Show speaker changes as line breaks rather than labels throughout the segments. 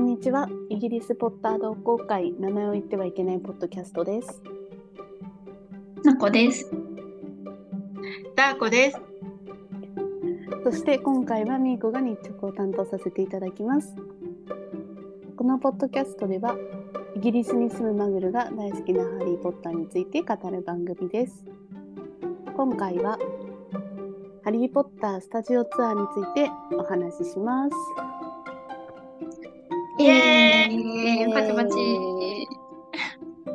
にちは。イギリスポッター同好会、名前を言ってはいけないポッドキャストです。
なこです。
ダーコです。
そして今回はみーこが日直を担当させていただきます。このポッドキャストでは、イギリスに住むマグルが大好きなハリー・ポッターについて語る番組です。今回は、ハリー・ポッタースタジオツアーについてお話しします。
イエ
ーイ
パチパチ。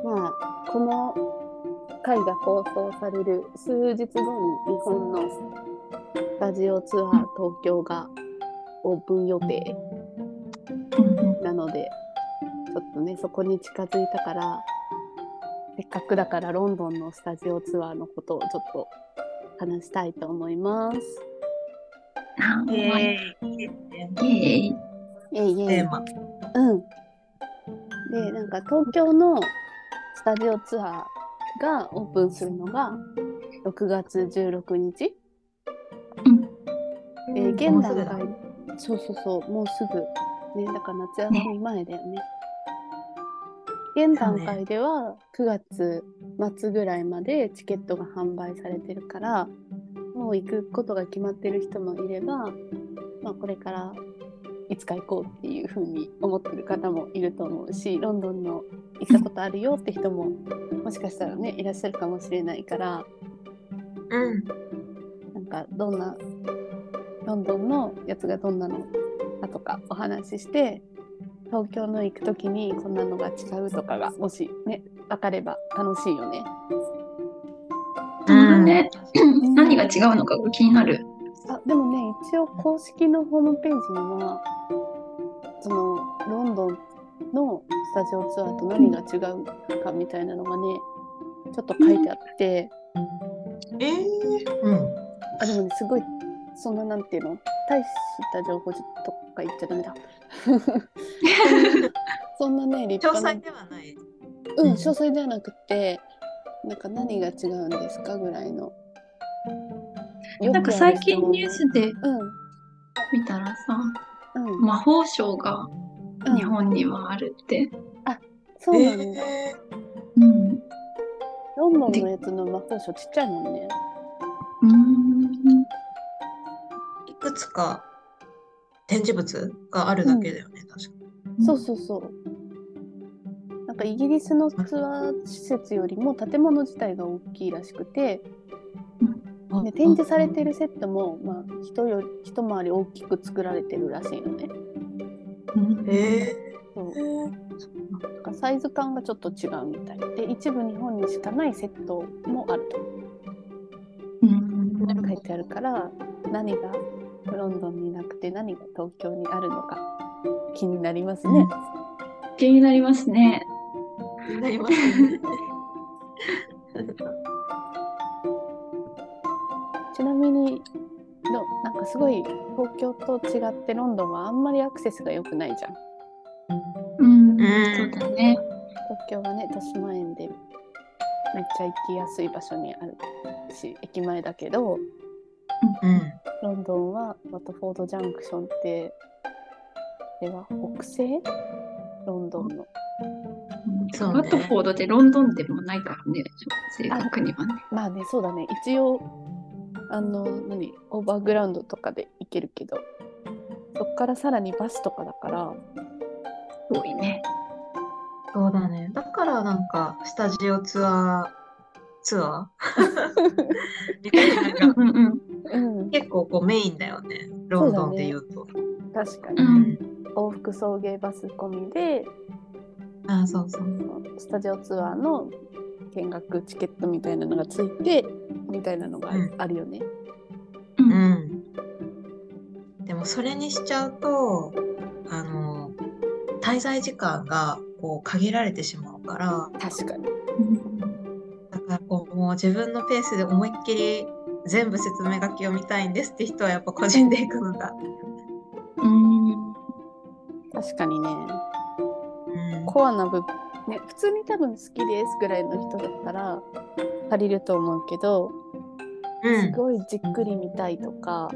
まあ、この回が放送される数日後に日本のスタジオツアー東京がオープン予定なのでちょっとねそこに近づいたからせっかくだからロンドンのスタジオツアーのことをちょっと話したいと思います。
はい
イ
イエ
エーイ。
ーイ。
えい
テーマ。
うん。で、なんか東京のスタジオツアーがオープンするのが6月16日。
うん
で、現
もうす
段
ぐだ
階、そうそうそう、もうすぐ。ね、だから夏休み前だよね。現段階では9月末ぐらいまでチケットが販売されてるから、もう行くことが決まってる人もいれば、まあ、これからいつか行こうっていうふうに思ってる方もいると思うしロンドンの行ったことあるよって人ももしかしたらねいらっしゃるかもしれないから
うん。
なんかどんなロンドンのやつがどんなのかとかお話しして東京の行く時にこんなのが違うとかがもしね分かれば楽しいよね。
そうだね。
ん
何が違うのかが気になる。
あでもね一応公式のホームページにはそのロンドンのスタジオツアーと何が違うかみたいなのがねちょっと書いてあって、
えー。うん。
あでもねすごいそんななんていうの大した情報とか言っちゃダメだ そんなね立
詳
派な
細ではない。
うん、詳細ではなくて、なんか何が違うんですかぐらいの。
なんか最近ニュー
よ
スで
くある質問
見たらさ、
うん、うん、
魔法省が
うん
日本にはあるって。
そうなんだ。
え
うん。
ロンドンのやつの魔法書ちっちゃいもんね。
うん。
ーいくつか展示物があるだけだよね、確か
そうそうそう。なんかイギリスのツアー施設よりも建物自体が大きいらしくて、
うん
で展示されてるセットも、まあ、人より一回り大きく作られてるらしいのね。
うん
え
そう
ー。
なんかサイズ感がちょっと違うみたいで一部日本にしかないセットもあると。
うん
書いてあるから何がロンドンになくて何が東京にあるのか気になりますね。
気になりますね。
なりますね。
ちなみにのなんかすごい東京と違ってロンドンはあんまりアクセスが良くないじゃん。
うん。
うん
そうだね。
東京はね豊島園でめっちゃ行きやすい場所にあるし駅前だけど
うん。
ロンドンはワトフォードジャンクションってあれは北西ロンドンの
そうね
ワットフォードでロンドンでもないからね、正確にはね。
まあねそうだね一応あの何オーバーグラウンドとかで行けるけどそっからさらにバスとかだから
多いね。
そうだね。だからなんか、スタジオツアー、ツアーみたいななんか
うんうん。
うん
結構こうメインだよね。ロンドンで言うと。
確か
う
に
ん。
往復送迎バス込みで
ああ、そうそう。
スタジオツアーの見学チケットみたいなのがついてみたいなのが
うん
あるよね。
う。
うんん、でもそれにしちゃうとあの滞在時間がこう限られてしまうから
確かに。
だからこうもう自分のペースで思いっきり全部説明書きを見たいんですって人はやっぱ個人で行くのが、
うん。
確かにね。
うん、
コアな部分、ね、普通に多分好きですぐらいの人だったら借りると思うけど、
う
す
ん
ごいじっくり見たいとか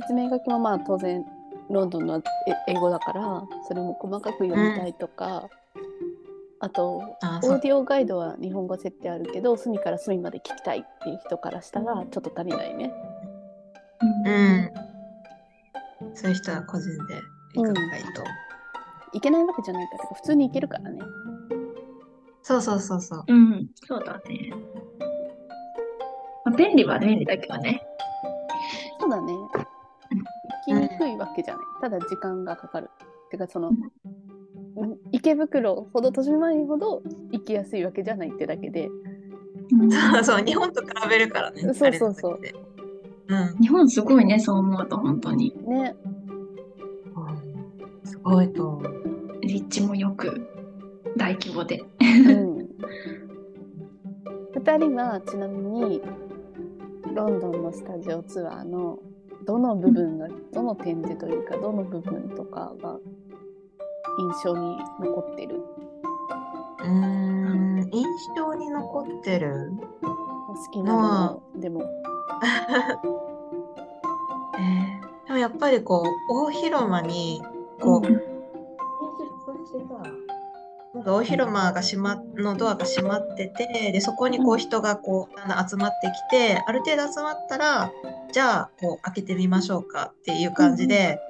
説明書きもまあ当然ロンドンのえ英語だからそれも細かく読みたいとか、あと
あ
オ
そう
ーディオガイドは日本語設定あるけど隅から隅まで聞きたいっていう人からしたらちょっと足りないね。
うん。そういう人は個人で行くのがいいと思う。
いけないわけじゃないから普通にいけるからね。
そうそうそうそう。
うん、そうだね。まあ、便利は便利だけどね。
そうだね。行きにくいわけじゃない。ただ時間がかかる。てかその、うん池袋ほど豊島園ほど行きやすいわけじゃないってだけで。
そうそう、日本と比べるからね。
そうそうそう
あれだけでう ん。
日本すごいね、そう思うと、本当に。
ね。
すごいと思う。
立地もよく、大規模で。
うん。2人はちなみにロンドンのスタジオツアーのどの部分がどの展示というかどの部分とかが印象に残ってる
うーん、印象に残ってる。
お好きなものでも。
えーでもやっぱりこう、大広間に、こう、なんか大広間が閉まのドアが閉まっててでそこにこう人がこうだんだん集まってきてある程度集まったらじゃあこう開けてみましょうかっていう感じで、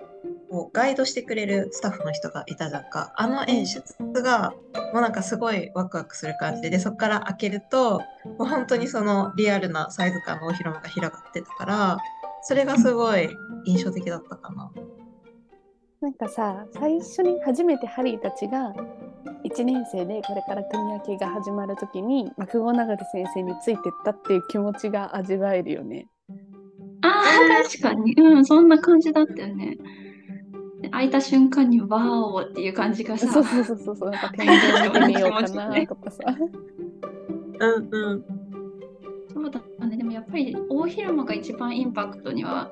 こうガイドしてくれるスタッフの人がいたじゃんかあの演出がもうなんかすごいワクワクする感じででそこから開けるともう本当にそのリアルなサイズ感の大広間が広がってたからそれがすごい印象的だったかな。
なんかさ最初に初めてハリーたちが1年生でこれから組分けが始まる時にマクゴナガル先生についてったっていう気持ちが味わえるよね。
ああ、確かに。うん、そんな感じだったよね。で開いた瞬間に、わーおっていう感じがさ。
そうそうそうそうそうなんか天井見てみようかなとかさ。
うんうん
そうだね。でもやっぱり大広間が一番インパクトには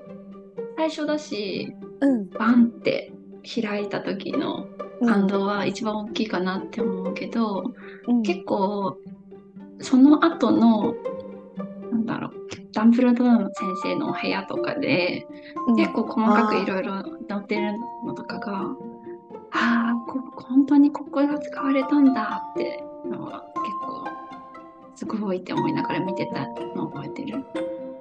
最初だし、
うん、
バンって開いた時の感動は一番大きいかなって思うけど、
うん
結構その後のなんだろうダンブルドアの先生のお部屋とかで結構細かくいろいろ載ってるのとかがああーこ本当にここが使われたんだってのは結構すごいって思いながら見てたのを覚えてる。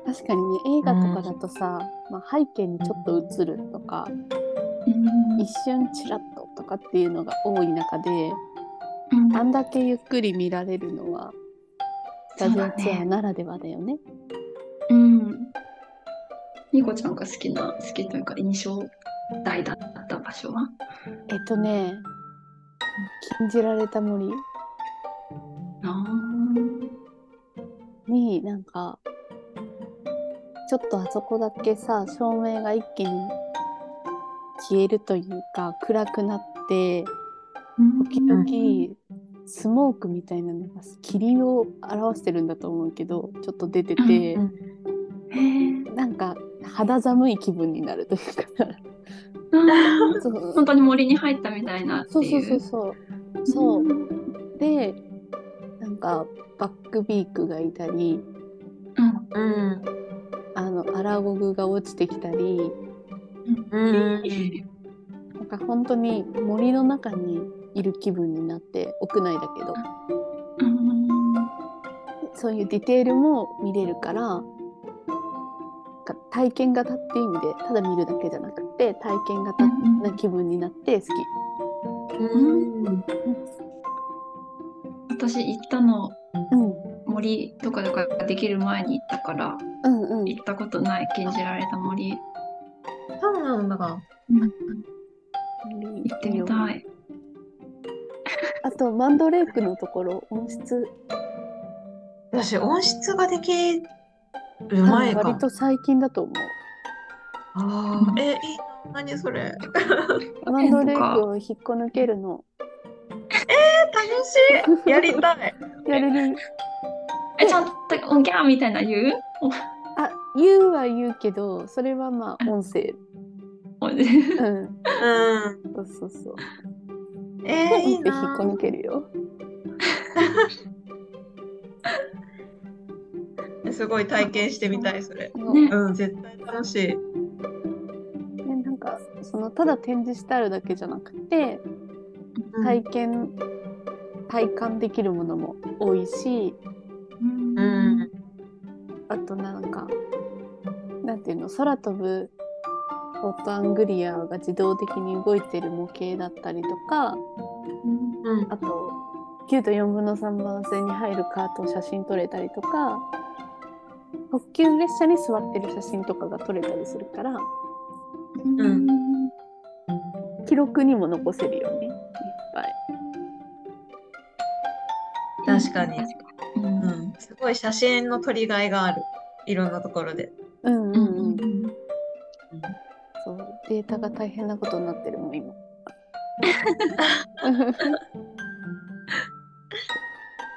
確かにね映画とかだとさ、まあ、背景にちょっと映るとか、一瞬チラッととかっていうのが多い中で
うん
あんだけゆっくり見られるのはスタジオツアーならではだよね。
うん。ニコちゃんが好きな、好きというか印象大だった場所は
えっとね禁じられた森
あ
になんかちょっとあそこだけさ照明が一気に消えるというか暗くなって時々スモークみたいなのが霧を表してるんだと思うけどちょっと出てて、
うん
へえ。
なんか肌寒い気分になるというか
あー
そ
本
う
当に森に入ったみたいなって
そう
い。
そううそう
う
そうそう、
ん
でなんかバックビークがいたり
うん
うん
あのアラゴグが落ちてきたり
うん
なんか本当に森の中にいる気分になって屋内だけど
うん
そういうディテールも見れるからなんか体験型って意味でただ見るだけじゃなくて体験型な気分になって好き。
うん
私行ったの
うん、
森とかとかができる前に行ったから
うん、うん
行ったことない禁じられた森行
そうなんだ。
ってみたい。
あとマンドレークのところ音質
私音質ができる
多
前
分
か
割と最近だと思
あーえいいな何それ
うマンドレークを引っこ抜けるの
楽しいやりたい
やれる
え、ちゃんとおぎゃーみたいな言う
あ言うは言うけどそれはまあ音声
お
うん
う
そうそうそうん
えー、いい
で引っこ
な
抜けるよ
すごい体験してみたいそれ
そう
ね
うん絶対楽しい
ねなんかそそのただ展示してあるだけじゃなくて体験体感できるものも多いし
うん
うん
あとなんかなんていうの空飛ぶポットアングリアが自動的に動いてる模型だったりとか
うん
あと9と4分の3番線に入るカートを写真撮れたりとか特急列車に座ってる写真とかが撮れたりするから
うん
記録にも残せるよねいっぱい。
確かに、
う
うんん、すごい写真の撮りがいがあるいろんなところで、
うんう
うんん
うん、
うん
そうデータが大変なことになってるもん今。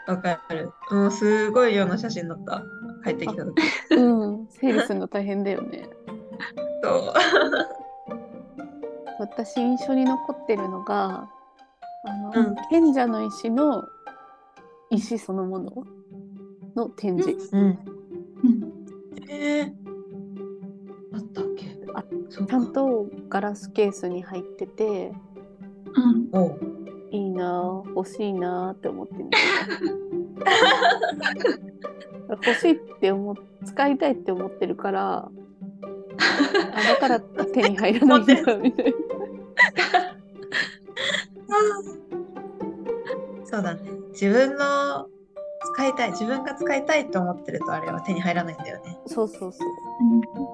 わかる。もうすごい量の写真だった。帰ってきた時。
うん、整理するの大変だよね。
そう。
私印象に残ってるのがあの、
うん
賢者の石の石そのものの展示、
うん。
うん
えー、あったっけ
あ
そう
ちゃん。とガラスケースに入ってて
うん
おう
いいなぁ欲しいなぁって思ってる 欲しいって思っ使いたいって思ってるからあだから手に入らないん だみたいな。
そうだね。自分の使いたい、自分が使いたいと思ってるとあれは手に入らないんだよね。
そうそうそう。
うん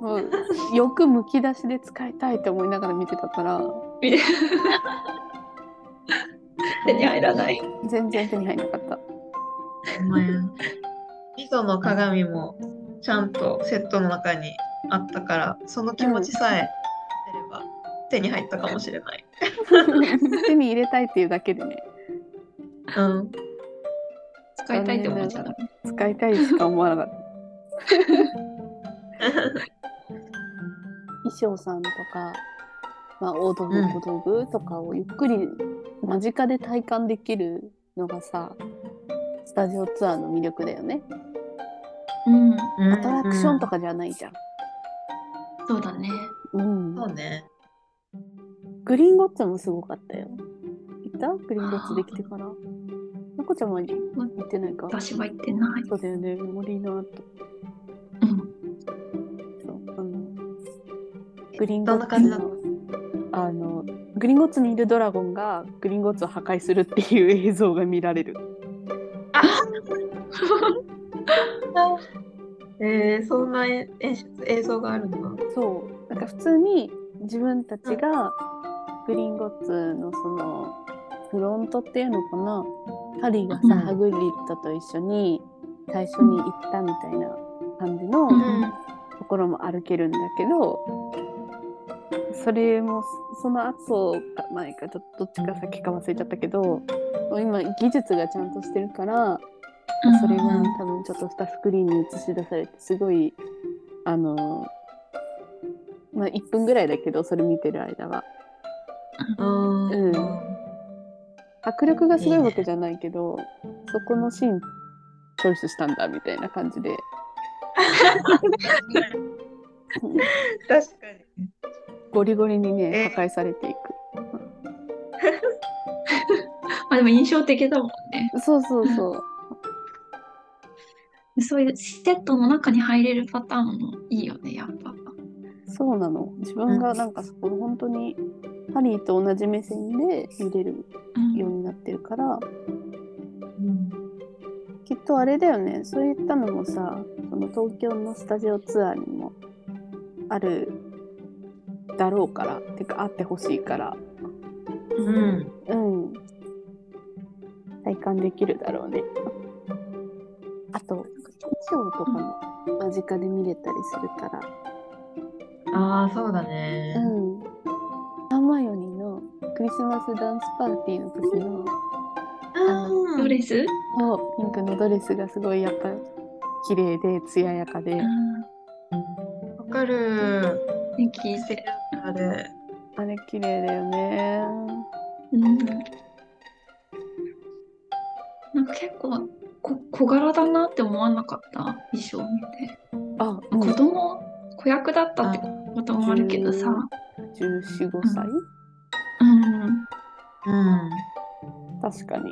もうよくむき出しで使いたいって思いながら見てたから
見て手に入らない。
全然手に入らなか った。
お前。 ミソの鏡もちゃんとセットの中にあったから、その気持ちさえ出れば手に入ったかもしれない。
手に入れたいっていうだけでね
うん。
使いたいって思っちゃった。
使いたいしか思わなかった。衣装さんとか、まあ、大道具
うん
小道具とかをゆっくり間近で体感できるのがさスタジオツアーの魅力だよね。
うん、
アトラクションとかじゃないじゃん。
そうだね。
うん
うん。そうね。
グリーンゴッツもすごかったよ。行ったグリーンゴッツできてから。まこちゃんも行ってないか。
私は行ってない。
そうだよね、森の後。
うん、
そうあのグリーンゴ
どん
ッ
な
ツ
感じなの
のあのグリーンゴッツにいるドラゴンがグリーンゴッツを破壊するっていう映像が見られる
えー、そんな演出映像があるのか。
そうなんか普通に自分たちがグリーンゴッツのそのフロントっていうのかなハリーが
うん
さハグリッドと一緒に最初に行ったみたいな感じの
うん
ところも歩けるんだけどそれもその後か前かどどっちか先か忘れちゃったけどもう今技術がちゃんとしてるからそれが
うん
多分ちょっとしたスクリーンに映し出されてすごいあのまあ1分ぐらいだけどそれ見てる間は
うん
うん迫力がすごいわけじゃないけどそこのシーンチョイスしたんだみたいな感じで。
確かに。
ゴリゴリにね
え
破壊されていく
まあでも印象的だもんね。
そうそうそう
そういうセットの中に入れるパターンもいいよね、やっぱ。
そうなの自分がなんかそこ本当にハリーと同じ目線で見れる
うん
ようになってるからきっとあれだよねそういったのもさその東京のスタジオツアーにもあるだろうからてかあってほしいから
うん。うん。
うん体感できるだろうねあと衣装とかも間近で見れたりするから
ああ、そうだ
う
ね。
ん。ハーマイオニーのクリスマスダンスパーティーの時の、
ドレス、
そうピンクのドレスがすごいやっぱ綺麗で艶やかで、
うん、
わかる。
聞いて。
あれ。
あれ綺麗だよね。
うん、なんか結構こ小柄だなって思わなかった衣装見て。
あ、
子供、子役だったってこともあるけどさ、
14、5歳、
うん。
うん。
確かに。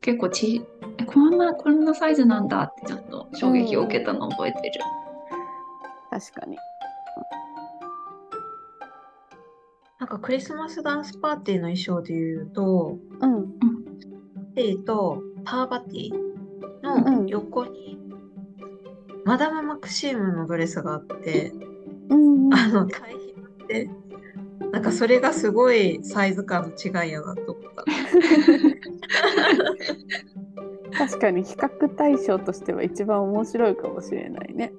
結構ち、えこんな、こんなサイズなんだってちょっと衝撃を受けたのを覚えてる。
確かに。
なんかクリスマスダンスパーティーの衣装で言うと、
うん。
ティーとパーバティ
うん
の横に、マダム・マクシームのドレスがあって、
うん、うん。
あの、対比って、なんかそれがすごいサイズ感の違いやなと思った。
確かに比較対象としては一番面白いかもしれないね。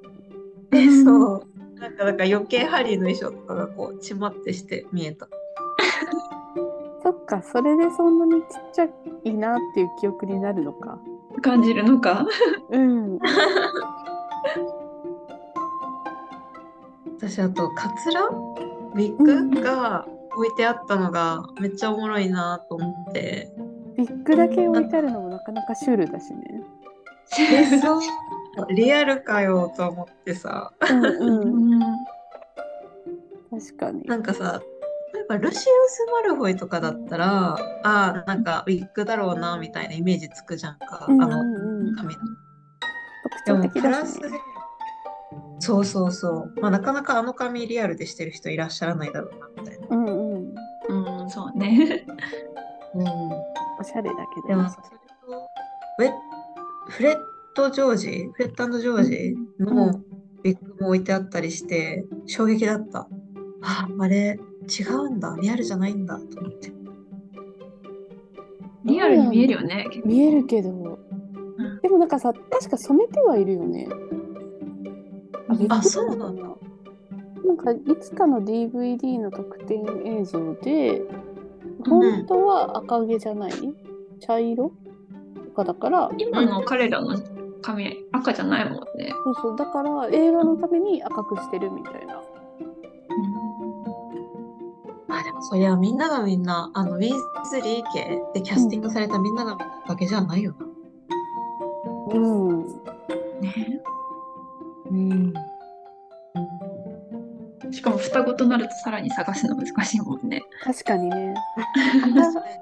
え、
うん
そう。 なんか、なんか余計ハリーの衣装とかがこう、ちまってして見えた。
そっか、それでそんなにちっちゃいなっていう記憶になるのか。
感じるのか。
うん。
私、あと、カツラウィッ
うん
グが置いてあったのが、めっちゃおもろいなと思って。
ビッグだけ置いてあるのもなかなかシュールだしね。
え、そう。 リアルかよと思ってさ。
うんうん。
うん。
確かに。
なんかさ、例えばルシウス・マルフォイとかだったら、ああ、なんかウィッグだろうなみたいなイメージつくじゃんか、
うんう
あの
んうん、
髪の。
特徴
でも
的
プラ
だ
ス
し、ね。
そうそうそう、まあ、なかなかあの髪リアルでしてる人いらっしゃらないだろうなみたいな。
うんうん。
うん、そうね。
うん、
おしゃれだけ
で
ど
も。それとウェフレット・ジョージ、フレットジョージ
うん
のウィッグも置いてあったりして、衝撃だった。ああれ、違うんだ、リアルじゃないんだと思って。
リアルに見えるよね。結構
見えるけど。でもなんかさ、確か染めてはいるよね。あ、ビッグ
あそうなん
だ。なんかいつかの DVD の特典映像で、本当は赤毛じゃない、茶色とかだから、
今の彼らの髪、赤じゃないもんね。
そうそう、だから映画のために赤くしてるみたいな。
まあでもそりゃみんながみんなあのウィーズリー系でキャスティングされたみんながみんなだけじゃないよな。
うん。
ね。
うん。
しかも双子となるとさらに探すの難しいもんね。
確かに ね。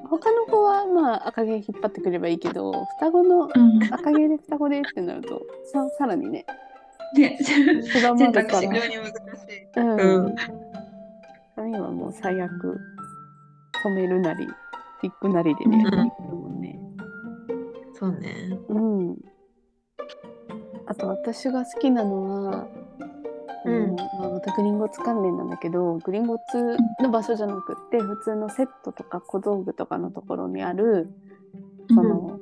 赤他の子はまあ赤毛引っ張ってくればいいけど、双子の
うん。
赤毛で双子でってなると、ささらにね、
ね。
狭まるか
選択肢
非
ら
常。に難しい。
うん
うん。
髪はもう最悪染めるなりピックなりでね、
うん
いくもんね。
そうね。
うん。あと私が好きなのは、
うん
あのまあ、またグリンゴッツ関連なんだけどグリンゴッツの場所じゃなくって普通のセットとか小道具とかのところにあるその、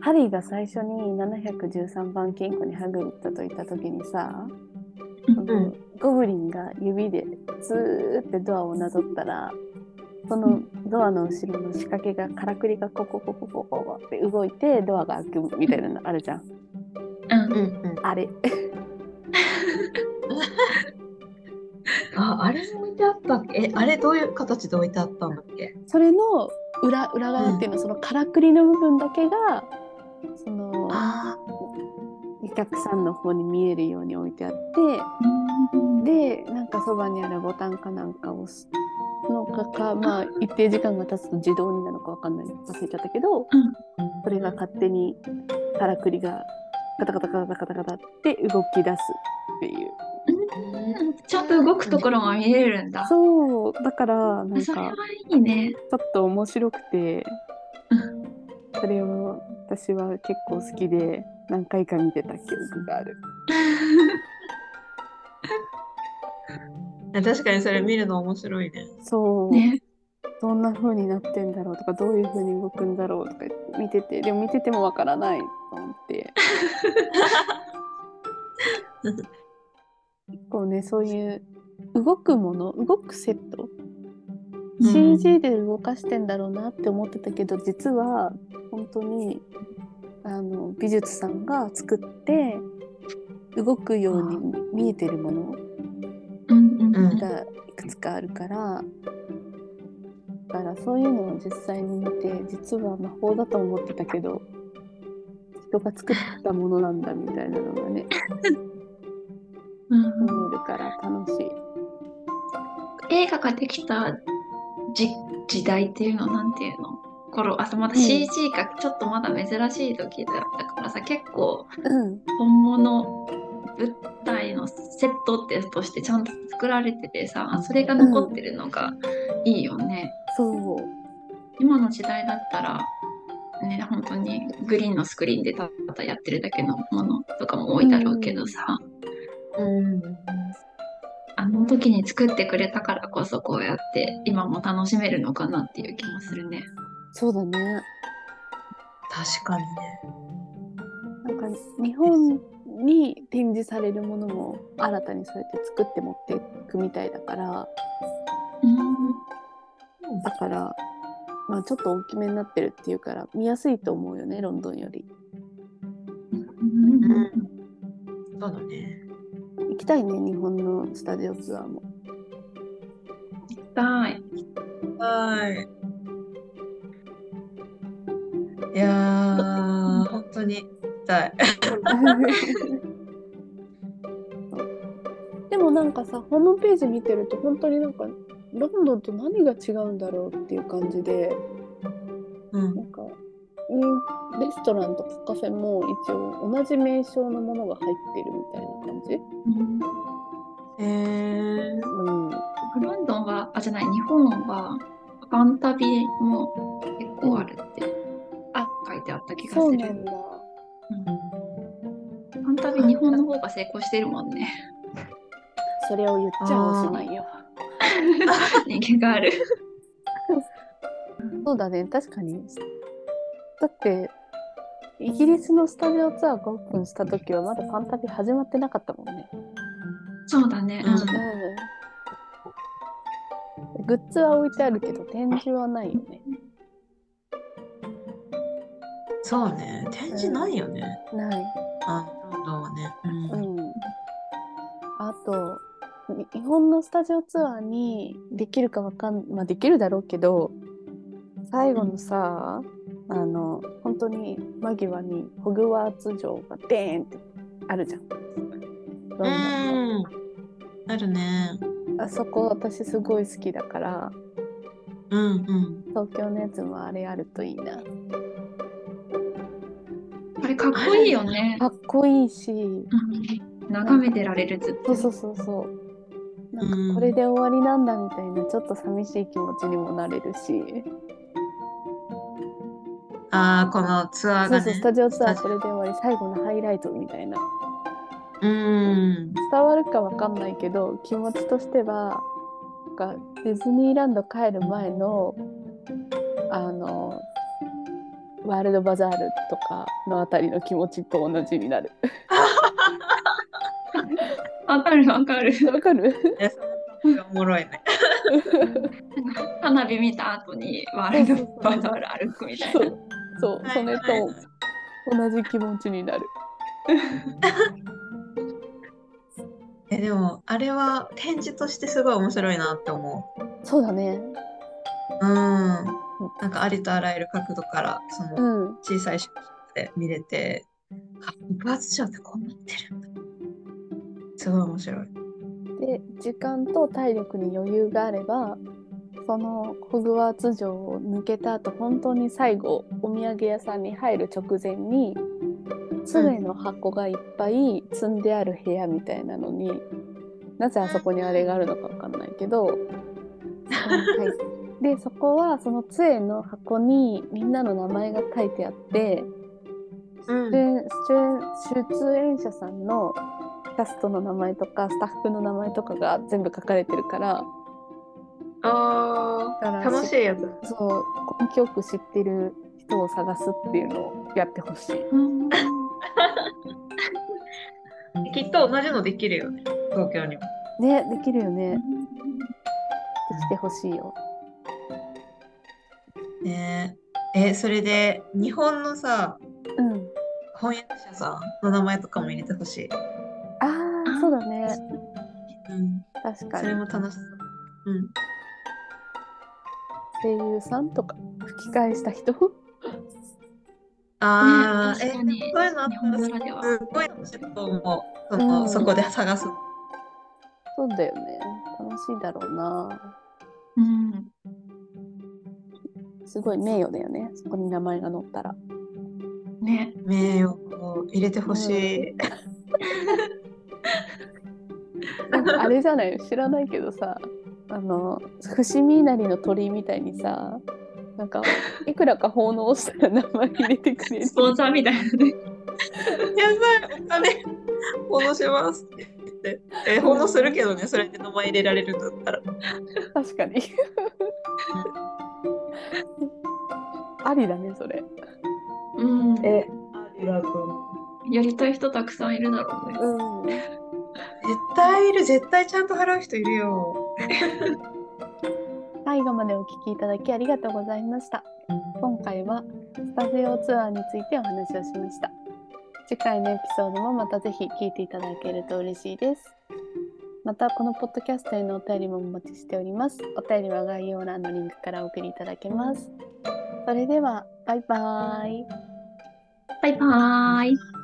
ハリーが最初に713番金庫にハグリッドと行った時にさ、
うん
そのゴブリンが指でツーってドアをなぞったらそのドアの後ろの仕掛けがからくりがココココココって動いてドアが開くみたいなのあるじゃん
うん
う。んうん。
あれ
あ、あれも置いてあったっけえ、あれどういう形で置いてあったんだっけ
それの裏裏側っていうのは、そのからくりの部分だけがその
ああ。
お客さんの方に見えるように置いてあって
うん
でなんかそばにあるボタンかなんかを押すのかかまあ一定時間が経つと自動になるのかわかんない忘れちゃったけど、
うん
それが勝手にからくりがカタカタカタカタカタって動き出すっていう
ちゃんと動くところも見れるんだ。
そうだからなん
それは
か
いいね。
ちょっと面白くて
う
それを私は結構好きで何回か見てた記憶がある。
確かにそれ見るの面白いね。
そう、
ね。
どんな風になってんだろうとかどういう風に動くんだろうとか見ててでも見ててもわからないと思って 結構ねそういう動くもの動くセット、
うん
CG で動かしてんだろうなって思ってたけど実は本当にあの美術さんが作って動くように見えてるもの
うんうん
うん
がいくつかあるからだからそういうのを実際に見て実は魔法だと思ってたけど人が作ったものなんだみたいなのがね
う
見
ん
えるから楽しい。
映画ができた時時代っていうのなんていうの頃あとまだ CG がちょっとまだ珍しい時だったからさ、結構
うん
本物物体のセットってとしてちゃんと作られててさそれが残ってるのがいいよね、
そう
今の時代だったらね本当にグリーンのスクリーンでただやってるだけのものとかも多いだろうけどさ、
うん
あの時に作ってくれたからこそこうやって今も楽しめるのかなっていう気もするね。
そうだね
確かにね。
なんか日本に展示されるものも新たにそうやって作って持っていくみたいだから
うん
だから、まあ、ちょっと大きめになってるっていうから見やすいと思うよねロンドンより
うんそうだね。
行きたいね日本のスタジオツアーも
はい。
はい。いやー、本当に痛い。
でもなんかさホームページ見てると本当になんかロンドンと何が違うんだろうっていう感じで
うん
なんか、うん、レストランとかカフェも一応同じ名称のものが入ってるみたいな感じ、
うん
えー、
うん、
ロンドンは、あ、じゃない、日本は、バンタビも結構あるって、あ、書いてあった気が
そう
す
な
る。
んだ
バンタビ、日本の方が成功してるもんね。
それを言っちゃおしまいよ
人気がある。
そうだね確かにだってイギリスのスタジオツアーがオープンした時はまだファンタビ始まってなかったもんね
そうだね。
うん
う
う
ん
んグッズは置いてあるけど展示はないよね。
そうね。展示ないよね。
ない。
あ、ロンドンはね。
う
うん。
ん。あとに日本のスタジオツアーにできるかわかんまあできるだろうけど最後のさ、あの本当に間際にホグワーツ城がデーンってあるじゃん。ロンドンの
うん。あるね。
あそこ私すごい好きだから
うんうん。
東京のやつもあれあるといいな。
あれ、かっこいいよね。
かっこいいし
うん眺めてられる、ずっ
そ
と
う。そうそうそう。なん
うん
かこれで終わりなんだみたいなちょっと寂しい気持ちにもなれるし、
ああ、このツアー
そう
が
そうス
ね。
タジオツアー
スタジオ
これで終わり最後のハイライトみたいな
うん。
伝わるかわかんないけど気持ちとしてはなんかディズニーランド帰る前のあのワールドバザールとかのあたりの気持ちと同じになる。
わかるわかる。
わかる
いやその方がおもろいね。
花火見た後にワールドバザール歩くみたい
そ
な。
うそうそれと同じ気持ちになる。
え、でも、あれは展示としてすごい面白いなって思
そうだね。
う。うん。なんかありとあらゆる角度から、その
うん。
小さいショップで見れて、あ、爆発症ってこうなってるんだ。すごい面白い。
で時間と体力に余裕があればそのホグワーツ城を抜けた後本当に最後お土産屋さんに入る直前に杖の箱がいっぱい積んである部屋みたいなのに、なぜあそこにあれがあるのかわかんないけど、そこに入っでそこはその杖の箱にみんなの名前が書いてあって。
うん
出演出演者さんのキャストの名前とかスタッフの名前とかが全部書かれてるから
あ
だから
ー楽しいやつ。
そう根気よく知ってる人を探すっていうのをやってほしい。
うん
きっと同じのできるよね。東京にも。
ねできるよねできてほしいよ。
ねえ。え、それで、日本のさ、
うん、
翻訳者さんの名前とかも入れてほしい。
ああそうだね
うん。
確か
それ
に
も楽しそう。うん。
声優さんとか吹き替えした人
ああ、
ね
え、
確
そ
か
う
に
いうのあっ
日本なら
た
では
らすっごい楽しいと思う。そうの
ん
そこで探す。
そうだよね。楽しいだろうな。
うん、
すごい名誉だよね。そこに名前が載ったら。
ね、
名誉を入れてほしい。
なんかあれじゃない知らないけどさあの伏見稲荷の鳥居みたいにさなんかいくらか奉納したら名前入れてくれる
スポンサーみたいなね。
やばい、お金、奉納しますって言って。え、奉納するけどね、それで名前入れられるんだったら。
確かにありだねそれ
うん、
え、ありがとう。
やりたい人たくさんいるだろうね。
うん
絶対いる、絶対ちゃんと払う人いるよ。
最後までお聞きいただきありがとうございました今回はスタジオツアーについてお話をしました次回のエピソードもまたぜひ聞いていただけると嬉しいですまたこのポッドキャストへのお便りもお待ちしておりますお便りは概要欄のリンクからお送りいただけますそれではバイバイ
バイバーイ。